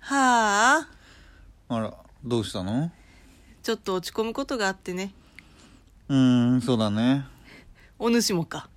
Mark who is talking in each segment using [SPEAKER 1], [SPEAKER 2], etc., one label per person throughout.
[SPEAKER 1] はあ
[SPEAKER 2] あらどうしたの
[SPEAKER 1] ちょっと落ち込むことがあってね
[SPEAKER 2] うーんそうだね
[SPEAKER 1] お主もか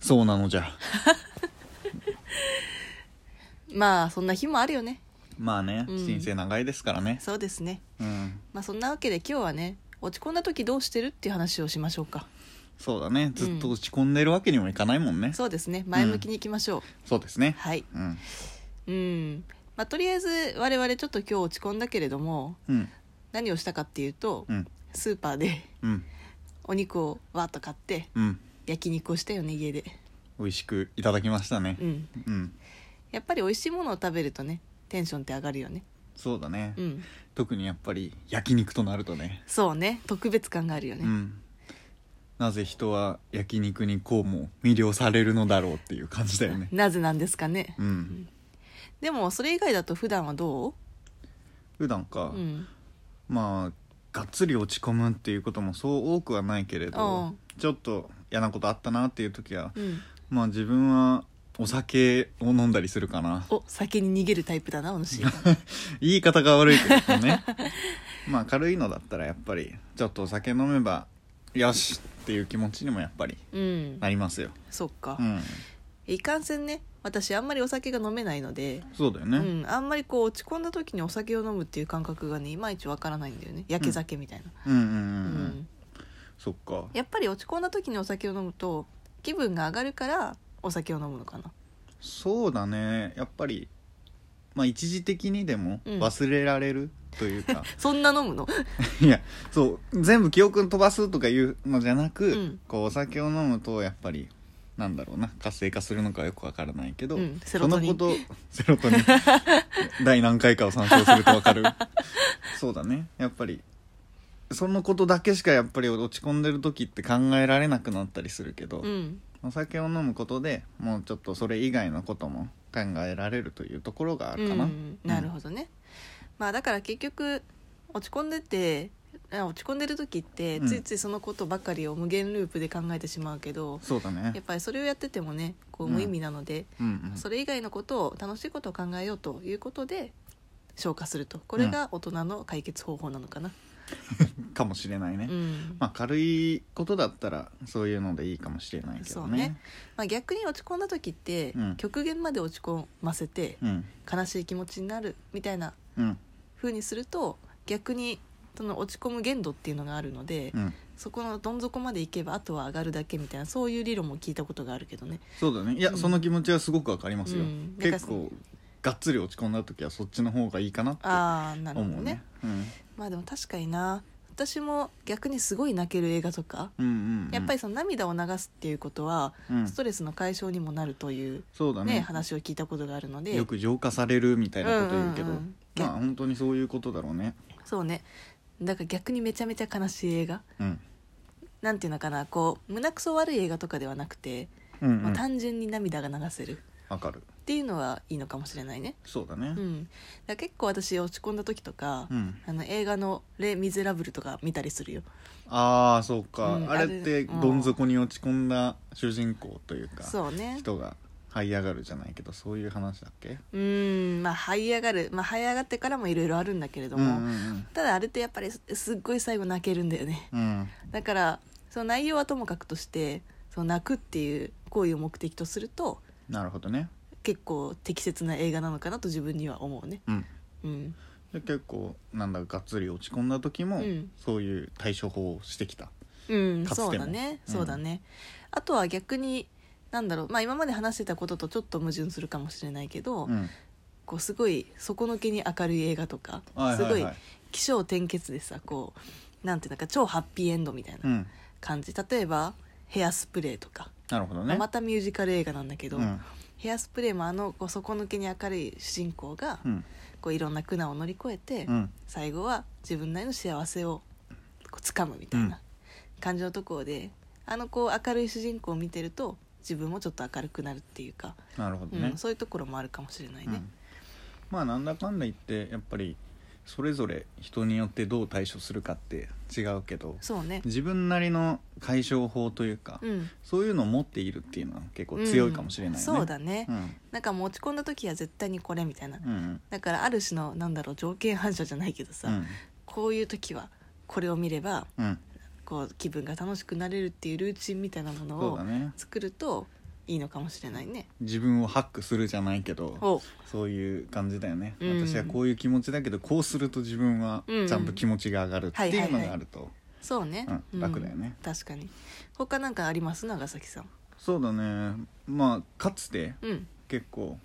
[SPEAKER 2] そうなのじゃ
[SPEAKER 1] まあそんな日もあるよね
[SPEAKER 2] まあね、
[SPEAKER 1] うん
[SPEAKER 2] 人生長いですからね
[SPEAKER 1] そうですね
[SPEAKER 2] うん
[SPEAKER 1] まあそんなわけで今日はね落ち込んだ時どうしてるっていう話をしましょうか
[SPEAKER 2] そうだねずっと落ち込んでるわけにもいかないもんね、
[SPEAKER 1] そうですね前向きにいきましょう、
[SPEAKER 2] そうですね
[SPEAKER 1] はい
[SPEAKER 2] うん
[SPEAKER 1] うんまあとりあえず我々ちょっと今日落ち込んだけれども
[SPEAKER 2] うん
[SPEAKER 1] 何をしたかっていうと、
[SPEAKER 2] うん
[SPEAKER 1] スーパーで
[SPEAKER 2] うん
[SPEAKER 1] お肉をわーっと買って
[SPEAKER 2] うん
[SPEAKER 1] 焼肉をしたよね家で
[SPEAKER 2] 美味しくいただきましたね
[SPEAKER 1] うん
[SPEAKER 2] うん、
[SPEAKER 1] やっぱり美味しいものを食べるとねテンションって上がるよね
[SPEAKER 2] そうだね、
[SPEAKER 1] うん
[SPEAKER 2] 特にやっぱり焼肉となるとね
[SPEAKER 1] そうね特別感があるよね、
[SPEAKER 2] うんなぜ人は焼肉にこうも魅了されるのだろうっていう感じだよね
[SPEAKER 1] なぜなんですかね、
[SPEAKER 2] うん
[SPEAKER 1] でもそれ以外だと普段はど
[SPEAKER 2] 普段か、
[SPEAKER 1] う、うん、
[SPEAKER 2] まあがっつり落ち込むっていうこともそう多くはないけれ
[SPEAKER 1] う
[SPEAKER 2] ど
[SPEAKER 1] ん
[SPEAKER 2] ちょっと嫌なことあったなっていう時は
[SPEAKER 1] うん、
[SPEAKER 2] まあ自分はお酒を飲んだりするかな
[SPEAKER 1] お先に逃げるタイプだなお主
[SPEAKER 2] 言い方が悪いけどねまあ軽いのだったらやっぱりちょっとお酒飲めばよしっていう気持ちにもやっぱり
[SPEAKER 1] うん
[SPEAKER 2] なりますよ、
[SPEAKER 1] そっか、
[SPEAKER 2] うん、
[SPEAKER 1] いかんせんね私あんまりお酒が飲めないので、
[SPEAKER 2] そうだよね、
[SPEAKER 1] うん、あんまりこう落ち込んだ時にお酒を飲むっていう感覚がねいまいちわからないんだよね焼け酒みたいな、
[SPEAKER 2] うん、うんうん
[SPEAKER 1] う
[SPEAKER 2] うんんそっか
[SPEAKER 1] やっぱり落ち込んだ時にお酒を飲むと気分が上がるからお酒を飲むのかな
[SPEAKER 2] そうだねやっぱりまあ一時的にでも
[SPEAKER 1] うん
[SPEAKER 2] 忘れられるというか、
[SPEAKER 1] そんな飲むの
[SPEAKER 2] いやそう全部記憶飛ばすとかいうのじゃなく、
[SPEAKER 1] うん
[SPEAKER 2] こうお酒を飲むとやっぱりなんだろうな活性化するのかよくわからないけど、
[SPEAKER 1] うんセロトニン
[SPEAKER 2] そのこと セロトニン第何回かを参照すると わかるそうだねやっぱりそのことだけしかやっぱり落ち込んでる時って考えられなくなったりするけど、
[SPEAKER 1] うん
[SPEAKER 2] お酒を飲むことでもうちょっとそれ以外のことも考えられるというところがあるかな、
[SPEAKER 1] うん、なるほどね、まあだから結局落ち込んでてあ落ち込んでる時って
[SPEAKER 2] うん
[SPEAKER 1] ついついそのことばかりを無限ループで考えてしまうけど、
[SPEAKER 2] そうだね
[SPEAKER 1] やっぱりそれをやっててもねこう
[SPEAKER 2] うん
[SPEAKER 1] 無意味なので、
[SPEAKER 2] うんうん
[SPEAKER 1] それ以外のことを楽しいことを考えようということで消化するとこれが大人の解決方法なのかな、
[SPEAKER 2] かもしれないね、
[SPEAKER 1] うん
[SPEAKER 2] まあ軽いことだったらそういうのでいいかもしれないけ
[SPEAKER 1] そ
[SPEAKER 2] ど
[SPEAKER 1] う
[SPEAKER 2] ね
[SPEAKER 1] ね、まあ、逆に落ち込んだ時って、
[SPEAKER 2] うん
[SPEAKER 1] 極限まで落ち込ませて
[SPEAKER 2] うん
[SPEAKER 1] 悲しい気持ちになるみたいな
[SPEAKER 2] うん
[SPEAKER 1] 風にすると逆にその落ち込む限度っていうのがあるので、
[SPEAKER 2] うん
[SPEAKER 1] そこのどん底まで行けばあとは上がるだけみたいなそういう理論も聞いたことがあるけどね
[SPEAKER 2] そうだねいや、
[SPEAKER 1] うん
[SPEAKER 2] その気持ちはすごくわかりますよ、
[SPEAKER 1] うんなんか
[SPEAKER 2] 結構がっつり落ち込んだ時はそっちの方がいいかなっ
[SPEAKER 1] ああな
[SPEAKER 2] て
[SPEAKER 1] るほど
[SPEAKER 2] 思う
[SPEAKER 1] ね
[SPEAKER 2] ねうん
[SPEAKER 1] まあでも確かにな私も逆にすごい泣ける映画とか、
[SPEAKER 2] うんうんうん
[SPEAKER 1] やっぱりその涙を流すっていうことは、
[SPEAKER 2] うん
[SPEAKER 1] ストレスの解消にもなるという、
[SPEAKER 2] そうだ
[SPEAKER 1] ね
[SPEAKER 2] ね
[SPEAKER 1] 話を聞いたことがあるので
[SPEAKER 2] よく浄化されるみたいなこと言うけ
[SPEAKER 1] う
[SPEAKER 2] ど、
[SPEAKER 1] んうんうん
[SPEAKER 2] まあ本当にそういうことだろうね
[SPEAKER 1] そうねだから逆にめちゃめちゃ悲しい映画
[SPEAKER 2] うん
[SPEAKER 1] なんていうのかなこう胸くそ悪い映画とかではなくて、
[SPEAKER 2] うん
[SPEAKER 1] ま
[SPEAKER 2] う
[SPEAKER 1] あ、
[SPEAKER 2] ん
[SPEAKER 1] 単純に涙が流せる
[SPEAKER 2] わかる
[SPEAKER 1] っていうのはいいのかもしれないね。
[SPEAKER 2] そうだね
[SPEAKER 1] うん、だから結構私落ち込んだ時とか、
[SPEAKER 2] うん
[SPEAKER 1] あの映画の「レ・ミゼラブル」とか見たりするよ
[SPEAKER 2] ああそうか、
[SPEAKER 1] うん
[SPEAKER 2] あれって
[SPEAKER 1] あれ
[SPEAKER 2] どん底に落ち込んだ主人公というか
[SPEAKER 1] そうね
[SPEAKER 2] 人が這い上がるじゃないけどそういう話だっけ
[SPEAKER 1] うーんまあ這い上がるまあ這い上がってからもいろいろあるんだけれども、
[SPEAKER 2] うんうん
[SPEAKER 1] ただあれってやっぱりすすっごい最後泣けるんだよね
[SPEAKER 2] うんうん
[SPEAKER 1] だからその内容はともかくとしてその泣くっていう行為を目的とすると
[SPEAKER 2] なるほどね、
[SPEAKER 1] 結構適切な映画なのかなと自分には思うね
[SPEAKER 2] うん、
[SPEAKER 1] うん
[SPEAKER 2] で結構なんだかがっつり落ち込んだ時も、
[SPEAKER 1] うん
[SPEAKER 2] そういう対処法をしてきた
[SPEAKER 1] うん、
[SPEAKER 2] かつて
[SPEAKER 1] そ
[SPEAKER 2] も
[SPEAKER 1] うだね、
[SPEAKER 2] うん
[SPEAKER 1] そうだねあとは逆になんだろうまあ今まで話してたこととちょっと矛盾するかもしれないけど、
[SPEAKER 2] うん
[SPEAKER 1] こうすごい底の気に明るい映画とか、
[SPEAKER 2] はいはいはい
[SPEAKER 1] すごい起承転結でさこうなんていうのか超ハッピーエンドみたいうなん感じ、例えば「ヘアスプレー」とか、
[SPEAKER 2] なるほど
[SPEAKER 1] ま
[SPEAKER 2] ね
[SPEAKER 1] あまたミュージカル映画なんだけど、
[SPEAKER 2] うん
[SPEAKER 1] ヘアスプレーもあのこう底抜けに明るい主人公が、
[SPEAKER 2] うん
[SPEAKER 1] こういろんな苦難を乗り越えて、
[SPEAKER 2] うん
[SPEAKER 1] 最後は自分なりの幸せをこう掴むみたいな感じのところであのこう明るい主人公を見てると自分もちょっと明るくなるっていうか、
[SPEAKER 2] なるほど
[SPEAKER 1] う
[SPEAKER 2] ね
[SPEAKER 1] ん、そういうところもあるかもしれないね
[SPEAKER 2] うん。まあなんだかんだ言ってやっぱりそれぞれ人によってどう対処するかって違うけど
[SPEAKER 1] そうね
[SPEAKER 2] 自分なりの解消法というか、
[SPEAKER 1] うん
[SPEAKER 2] そういうのを持っているっていうのは結構強いかもしれないね、
[SPEAKER 1] うんそうだね、
[SPEAKER 2] うん
[SPEAKER 1] なんかもう落ち込んだ時は絶対にこれみたいな、
[SPEAKER 2] うんうん
[SPEAKER 1] だからある種のなんだろう条件反射じゃないけどさ、
[SPEAKER 2] うん
[SPEAKER 1] こういう時はこれを見れば
[SPEAKER 2] うん
[SPEAKER 1] こう気分が楽しくなれるっていうルーチンみたいなもの
[SPEAKER 2] そう
[SPEAKER 1] を
[SPEAKER 2] だね
[SPEAKER 1] 作るといいのかもしれないね。
[SPEAKER 2] 自分をハックするじゃないけど
[SPEAKER 1] おう
[SPEAKER 2] そういう感じだよね、
[SPEAKER 1] うん
[SPEAKER 2] 私はこういう気持ちだけどこうすると自分は
[SPEAKER 1] うん
[SPEAKER 2] ちゃんと気持ちが上がるっていうのがあると、
[SPEAKER 1] そうね、
[SPEAKER 2] うん楽だよね
[SPEAKER 1] 確かに他なんかあります長崎さん
[SPEAKER 2] そうだねまあかつて
[SPEAKER 1] うん
[SPEAKER 2] 結構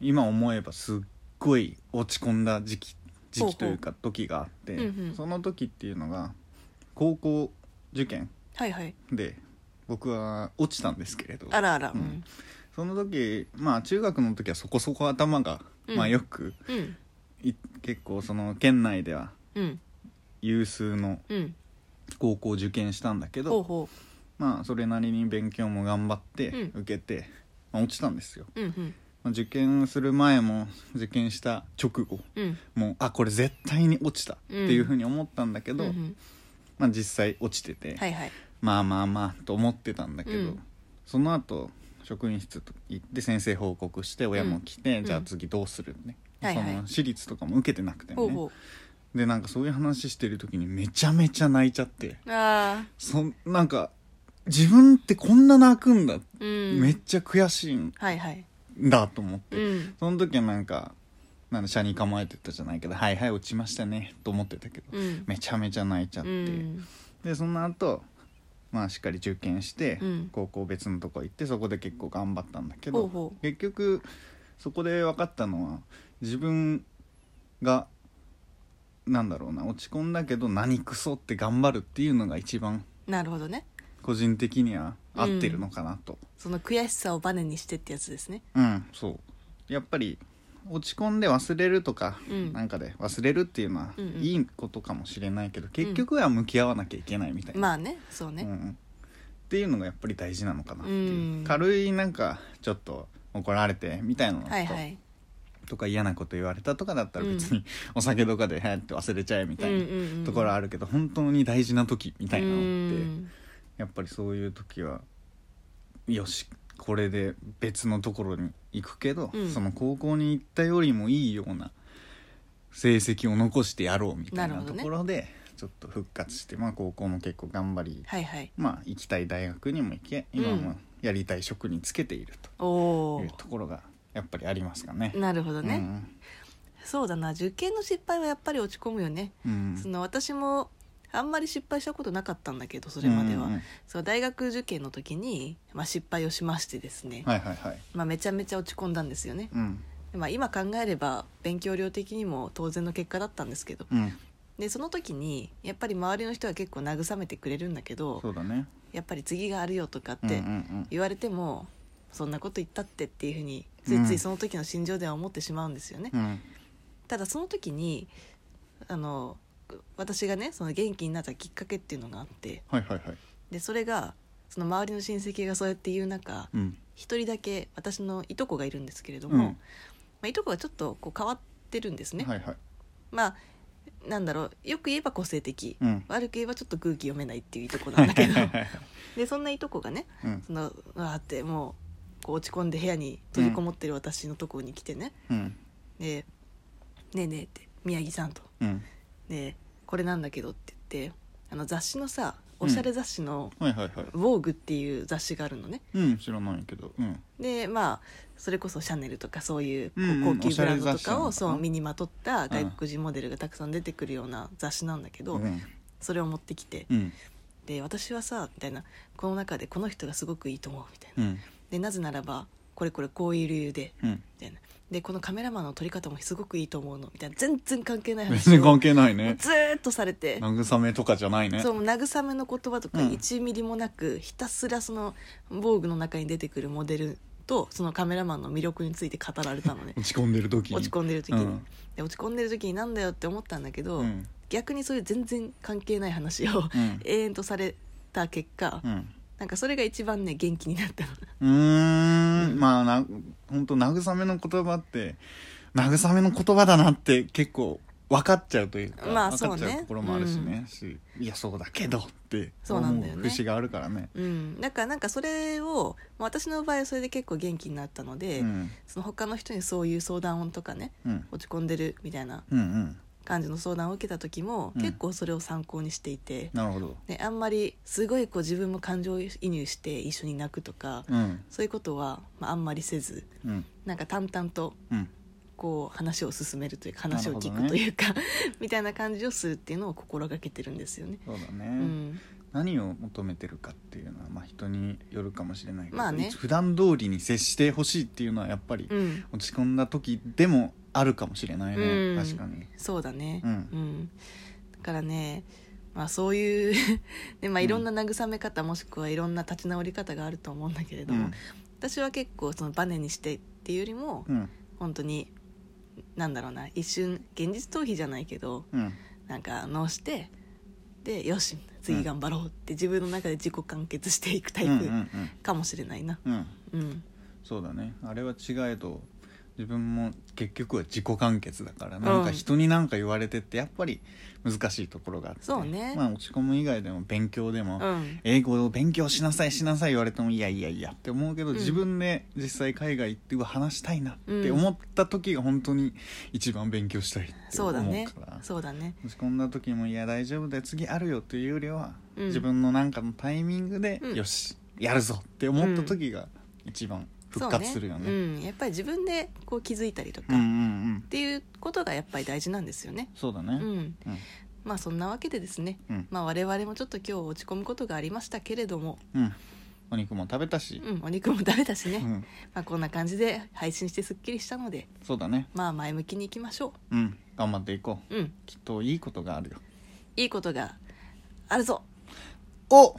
[SPEAKER 2] 今思えばすっごい落ち込んだ時期時
[SPEAKER 1] ほうほう
[SPEAKER 2] 期というか時があって
[SPEAKER 1] うんうん
[SPEAKER 2] その時っていうのが高校受験
[SPEAKER 1] はいはい
[SPEAKER 2] で僕は落ちたんですけれど
[SPEAKER 1] あらあらう
[SPEAKER 2] うんんその時まあ中学の時はそこそこ頭が、
[SPEAKER 1] うん
[SPEAKER 2] まあよく
[SPEAKER 1] うん
[SPEAKER 2] い結構その県内では
[SPEAKER 1] うん
[SPEAKER 2] 有数の
[SPEAKER 1] うん
[SPEAKER 2] 高校受験したんだけ
[SPEAKER 1] ほう
[SPEAKER 2] ど
[SPEAKER 1] ほ
[SPEAKER 2] まあそれなりに勉強も頑張って
[SPEAKER 1] うん
[SPEAKER 2] 受けて、まあ落ちたんですよ、
[SPEAKER 1] ううんうん
[SPEAKER 2] まあ受験する前も受験した直後
[SPEAKER 1] うん
[SPEAKER 2] もうあこれ絶対に落ちたっていうふうに思ったんだけど、
[SPEAKER 1] うんうん
[SPEAKER 2] まあ、実際落ちてて、
[SPEAKER 1] はいはい
[SPEAKER 2] まあまあまあと思ってたんだけど、
[SPEAKER 1] うん
[SPEAKER 2] その後職員室と行って先生報告して親も来て、
[SPEAKER 1] うん
[SPEAKER 2] じゃあ次どうするね、
[SPEAKER 1] はいはい
[SPEAKER 2] その私立とかも受けてなくてね
[SPEAKER 1] ほうほ
[SPEAKER 2] でなんかそういう話してる時にめちゃめちゃ泣いちゃって
[SPEAKER 1] うああ
[SPEAKER 2] そんなんか自分ってこんな泣くんだ、
[SPEAKER 1] うん
[SPEAKER 2] めっちゃ悔しいん
[SPEAKER 1] はいはい
[SPEAKER 2] だと思って、
[SPEAKER 1] うん
[SPEAKER 2] その時はなんかなんか車に構えてたじゃないけど「はいはい落ちましたね」と思ってたけど、
[SPEAKER 1] うん
[SPEAKER 2] めちゃめちゃ泣いちゃっ
[SPEAKER 1] う
[SPEAKER 2] て、
[SPEAKER 1] ん
[SPEAKER 2] でその後まあしっかり受験して、
[SPEAKER 1] うん
[SPEAKER 2] 高校別のとこ行ってそこで結構頑張ったんだけど
[SPEAKER 1] ほうほう
[SPEAKER 2] 結局そこで分かったのは自分がなんだろうな落ち込んだけど何クソって頑張るっていうのが一番
[SPEAKER 1] なるほどね
[SPEAKER 2] 個人的には合ってるのかなと。
[SPEAKER 1] その悔しさをバネにしてってやつですね
[SPEAKER 2] うん、そうやっぱり落ち込んで忘れるとか、
[SPEAKER 1] うん
[SPEAKER 2] なんかで忘れるっていうのは
[SPEAKER 1] うんうん
[SPEAKER 2] いいことかもしれないけど、結局は向き合わなきゃいけないみたいな、
[SPEAKER 1] まあねそう
[SPEAKER 2] う
[SPEAKER 1] ね
[SPEAKER 2] ん、っていうのがやっぱり大事なのかなっていう、
[SPEAKER 1] うん
[SPEAKER 2] 軽いなんかちょっと怒られてみたいなのと,、
[SPEAKER 1] はいはい
[SPEAKER 2] とか嫌なこと言われたとかだったら別に、 お酒とかで流行って忘れちゃえみたいなところ
[SPEAKER 1] あ
[SPEAKER 2] あるけど、本当に大事な時みたいなのって、
[SPEAKER 1] うん
[SPEAKER 2] やっぱりそういう時はよしこれで別のところに行くけど、
[SPEAKER 1] うん
[SPEAKER 2] その高校に行ったよりもいいような成績を残してやろうみたい
[SPEAKER 1] な
[SPEAKER 2] な
[SPEAKER 1] るほ
[SPEAKER 2] と
[SPEAKER 1] どね
[SPEAKER 2] ころで、ちょっと復活して、まあ、高校も結構頑張り、
[SPEAKER 1] はいはい
[SPEAKER 2] まあ、行きたい大学にも行け
[SPEAKER 1] うん
[SPEAKER 2] 今もやりたい職につけている
[SPEAKER 1] お
[SPEAKER 2] と
[SPEAKER 1] お
[SPEAKER 2] いうところがやっぱりありますかね。
[SPEAKER 1] なるほどね、
[SPEAKER 2] うん
[SPEAKER 1] そうだな受験の失敗はやっぱり落ち込むよね、
[SPEAKER 2] うん
[SPEAKER 1] その私もあんまり失敗したことなかったんだけどそれまでは、
[SPEAKER 2] うんうんうん
[SPEAKER 1] そう大学受験の時に、まあ、失敗をしましてですね、
[SPEAKER 2] はいはいはい。
[SPEAKER 1] まあ、めちゃめちゃ落ち込んだんですよね、
[SPEAKER 2] うん
[SPEAKER 1] まあ、今考えれば勉強量的にも当然の結果だったんですけど
[SPEAKER 2] うん、
[SPEAKER 1] でその時にやっぱり周りの人は結構慰めてくれるんだけど
[SPEAKER 2] そうだね。
[SPEAKER 1] やっぱり次があるよとかっ
[SPEAKER 2] うんう
[SPEAKER 1] て
[SPEAKER 2] ん
[SPEAKER 1] 言われても、そんなこと言ったってっていうふうについついその時の心情では思ってしまうんですよね
[SPEAKER 2] う。ん
[SPEAKER 1] ただその時にあの私がねその元気になったきっかけっていうのがあって
[SPEAKER 2] はいはいはい。
[SPEAKER 1] でそれがその周りの親戚がそうやって言う中
[SPEAKER 2] うん
[SPEAKER 1] 一人だけ私のいとこがいるんですけれど
[SPEAKER 2] う
[SPEAKER 1] も、
[SPEAKER 2] ん
[SPEAKER 1] まあ、いとこがちょっとこう変わってるんですね、
[SPEAKER 2] はいはい。
[SPEAKER 1] まあなんだろうよく言えば個性的、
[SPEAKER 2] うん
[SPEAKER 1] 悪く言えばちょっと空気読めないっていういとこなんだけどでそんないとこがね
[SPEAKER 2] うん
[SPEAKER 1] そのうわーってもうこう落ち込んで部屋に閉じこもってる私のとこに来てね
[SPEAKER 2] うん
[SPEAKER 1] 「でねえねえ」って「宮城さん」と。
[SPEAKER 2] うん
[SPEAKER 1] でこれなんだけどって言ってあの雑誌のさ
[SPEAKER 2] うん
[SPEAKER 1] おしゃれ雑誌の
[SPEAKER 2] はいはいはい
[SPEAKER 1] 「ウォーグっていう雑誌があるのね、
[SPEAKER 2] うん知らないけどうん
[SPEAKER 1] でまあそれこそシャネルとかそういうこう
[SPEAKER 2] うんうん
[SPEAKER 1] 高級ブランドと
[SPEAKER 2] おしゃれ雑誌な
[SPEAKER 1] か
[SPEAKER 2] のか
[SPEAKER 1] を
[SPEAKER 2] な
[SPEAKER 1] そう身にまとった外国人モデルがたくさん出てくるような雑誌なんだけど、
[SPEAKER 2] うん
[SPEAKER 1] それを持ってきて
[SPEAKER 2] うん
[SPEAKER 1] 「で私はさ」みたいな「この中でこの人がすごくいいと思う」みたいな
[SPEAKER 2] うん
[SPEAKER 1] 「でなぜならばこれこれこういう理由で」
[SPEAKER 2] うん
[SPEAKER 1] みたいな「でこのカメラマンの撮り方もすごくいいと思うの」みたいな全然関係ない
[SPEAKER 2] 別
[SPEAKER 1] 話
[SPEAKER 2] に
[SPEAKER 1] を
[SPEAKER 2] 関係ない
[SPEAKER 1] もう
[SPEAKER 2] ね
[SPEAKER 1] ずーっとされて
[SPEAKER 2] 慰めとかじゃないね
[SPEAKER 1] そう慰めの言葉とか
[SPEAKER 2] うん
[SPEAKER 1] 1ミリもなく、ひたすらその防具の中に出てくるモデルとそのカメラマンの魅力について語られた のね
[SPEAKER 2] 落ち込んでる時に
[SPEAKER 1] 落ち込んでる時に、
[SPEAKER 2] うん
[SPEAKER 1] で落ち込んでる時になんだよって思ったんだけど、
[SPEAKER 2] うん
[SPEAKER 1] 逆にそういう全然関係ない話を、
[SPEAKER 2] ん
[SPEAKER 1] 永遠とされた結果、
[SPEAKER 2] うん
[SPEAKER 1] なんかそれが一番ね元気になったの
[SPEAKER 2] うーんまあな本当慰めの言葉って慰めの言葉だなって結構分かっちゃうというか、
[SPEAKER 1] まあ
[SPEAKER 2] 分かっち
[SPEAKER 1] そう
[SPEAKER 2] ゃう
[SPEAKER 1] ね
[SPEAKER 2] ところもあるしね、しいやそうだけどって
[SPEAKER 1] そうな
[SPEAKER 2] 思
[SPEAKER 1] ん
[SPEAKER 2] う
[SPEAKER 1] だよね
[SPEAKER 2] 節があるからね。
[SPEAKER 1] うん、だからなんかそれを、まあ、私の場合はそれで結構元気になったので、
[SPEAKER 2] うん
[SPEAKER 1] その他の人にそういう相談とかね
[SPEAKER 2] うん
[SPEAKER 1] 落ち込んでるみたいな
[SPEAKER 2] うんうん、
[SPEAKER 1] 感じの相談を受けた時も、
[SPEAKER 2] うん
[SPEAKER 1] 結構それを参考にしていて、
[SPEAKER 2] なるほど、
[SPEAKER 1] ね、あんまりすごいこう自分も感情移入して一緒に泣くとか、
[SPEAKER 2] うん
[SPEAKER 1] そういうことは、まあ、あんまりせず
[SPEAKER 2] うん
[SPEAKER 1] なんか淡々と
[SPEAKER 2] うん、
[SPEAKER 1] こう話を進めるというか話を聞
[SPEAKER 2] なるほ
[SPEAKER 1] く
[SPEAKER 2] どね
[SPEAKER 1] というか、 みたいな感じをするっていうのを心がけてるんですよね。
[SPEAKER 2] そうだね、
[SPEAKER 1] うん、
[SPEAKER 2] 何を求めてるかっていうのは、まあ、人によるかもしれないけど、
[SPEAKER 1] まあね
[SPEAKER 2] 普段通りに接してほしいっていうのはやっぱり
[SPEAKER 1] うん、
[SPEAKER 2] 落ち込んだ時でもあるかもしれないね、
[SPEAKER 1] うん
[SPEAKER 2] 確かに。
[SPEAKER 1] そうだね、
[SPEAKER 2] うん
[SPEAKER 1] だからね、まあ、そういう で、まあ、
[SPEAKER 2] うん
[SPEAKER 1] いろんな慰め方、もしくはいろんな立ち直り方があると思うんだけれども、
[SPEAKER 2] うん
[SPEAKER 1] 私は結構そのバネにしてっていうよりも、
[SPEAKER 2] うん
[SPEAKER 1] 本当になんだろうな一瞬現実逃避じゃないけど
[SPEAKER 2] うん
[SPEAKER 1] なんか直してでよし次頑張ろうって自分の中で自己完結していくタイ
[SPEAKER 2] うんう
[SPEAKER 1] プ
[SPEAKER 2] ん
[SPEAKER 1] かもしれないな。
[SPEAKER 2] うんうん
[SPEAKER 1] うん
[SPEAKER 2] そうだねあれは違えど自分も結局は自己完結だからなんか人に何か言われてってやっぱり難しいところがあって
[SPEAKER 1] そうね
[SPEAKER 2] まあ、落ち込む以外でも勉強でも、
[SPEAKER 1] うん
[SPEAKER 2] 英語を勉強しなさいしなさい言われてもいやいやいやって思うけど、
[SPEAKER 1] うん
[SPEAKER 2] 自分で実際海外行ってうわ話したいなって思った時が本当に一番勉強したいって
[SPEAKER 1] そ
[SPEAKER 2] 思う
[SPEAKER 1] う
[SPEAKER 2] か
[SPEAKER 1] だ
[SPEAKER 2] ら、
[SPEAKER 1] ねそうだね
[SPEAKER 2] 落ち込んだ時も「いや大丈夫だよ次あるよ」というよりは、
[SPEAKER 1] うん
[SPEAKER 2] 自分のなんかのタイミングで「
[SPEAKER 1] うん
[SPEAKER 2] よしやるぞ」って思った時が一番復活するよ
[SPEAKER 1] そう
[SPEAKER 2] ね。
[SPEAKER 1] うん、やっぱり自分でこう気づいたりとか、
[SPEAKER 2] うんう
[SPEAKER 1] っ
[SPEAKER 2] んうん
[SPEAKER 1] ていうことがやっぱり大事なんですよね
[SPEAKER 2] そうだ
[SPEAKER 1] う
[SPEAKER 2] ね。
[SPEAKER 1] ん
[SPEAKER 2] うん
[SPEAKER 1] まあそんなわけでですね、
[SPEAKER 2] うん
[SPEAKER 1] まあ、我々もちょっと今日落ち込むことがありましたけれども、
[SPEAKER 2] うんお肉も食べたし、
[SPEAKER 1] うん、お肉も食べたしね、
[SPEAKER 2] うん
[SPEAKER 1] まあ、こんな感じで配信してすっきりしたので
[SPEAKER 2] そうだね。
[SPEAKER 1] まあ前向きにいきましょ
[SPEAKER 2] うん頑張っていこう。
[SPEAKER 1] ううん
[SPEAKER 2] きっといいことがあるよ。
[SPEAKER 1] いいことがあるぞ
[SPEAKER 2] お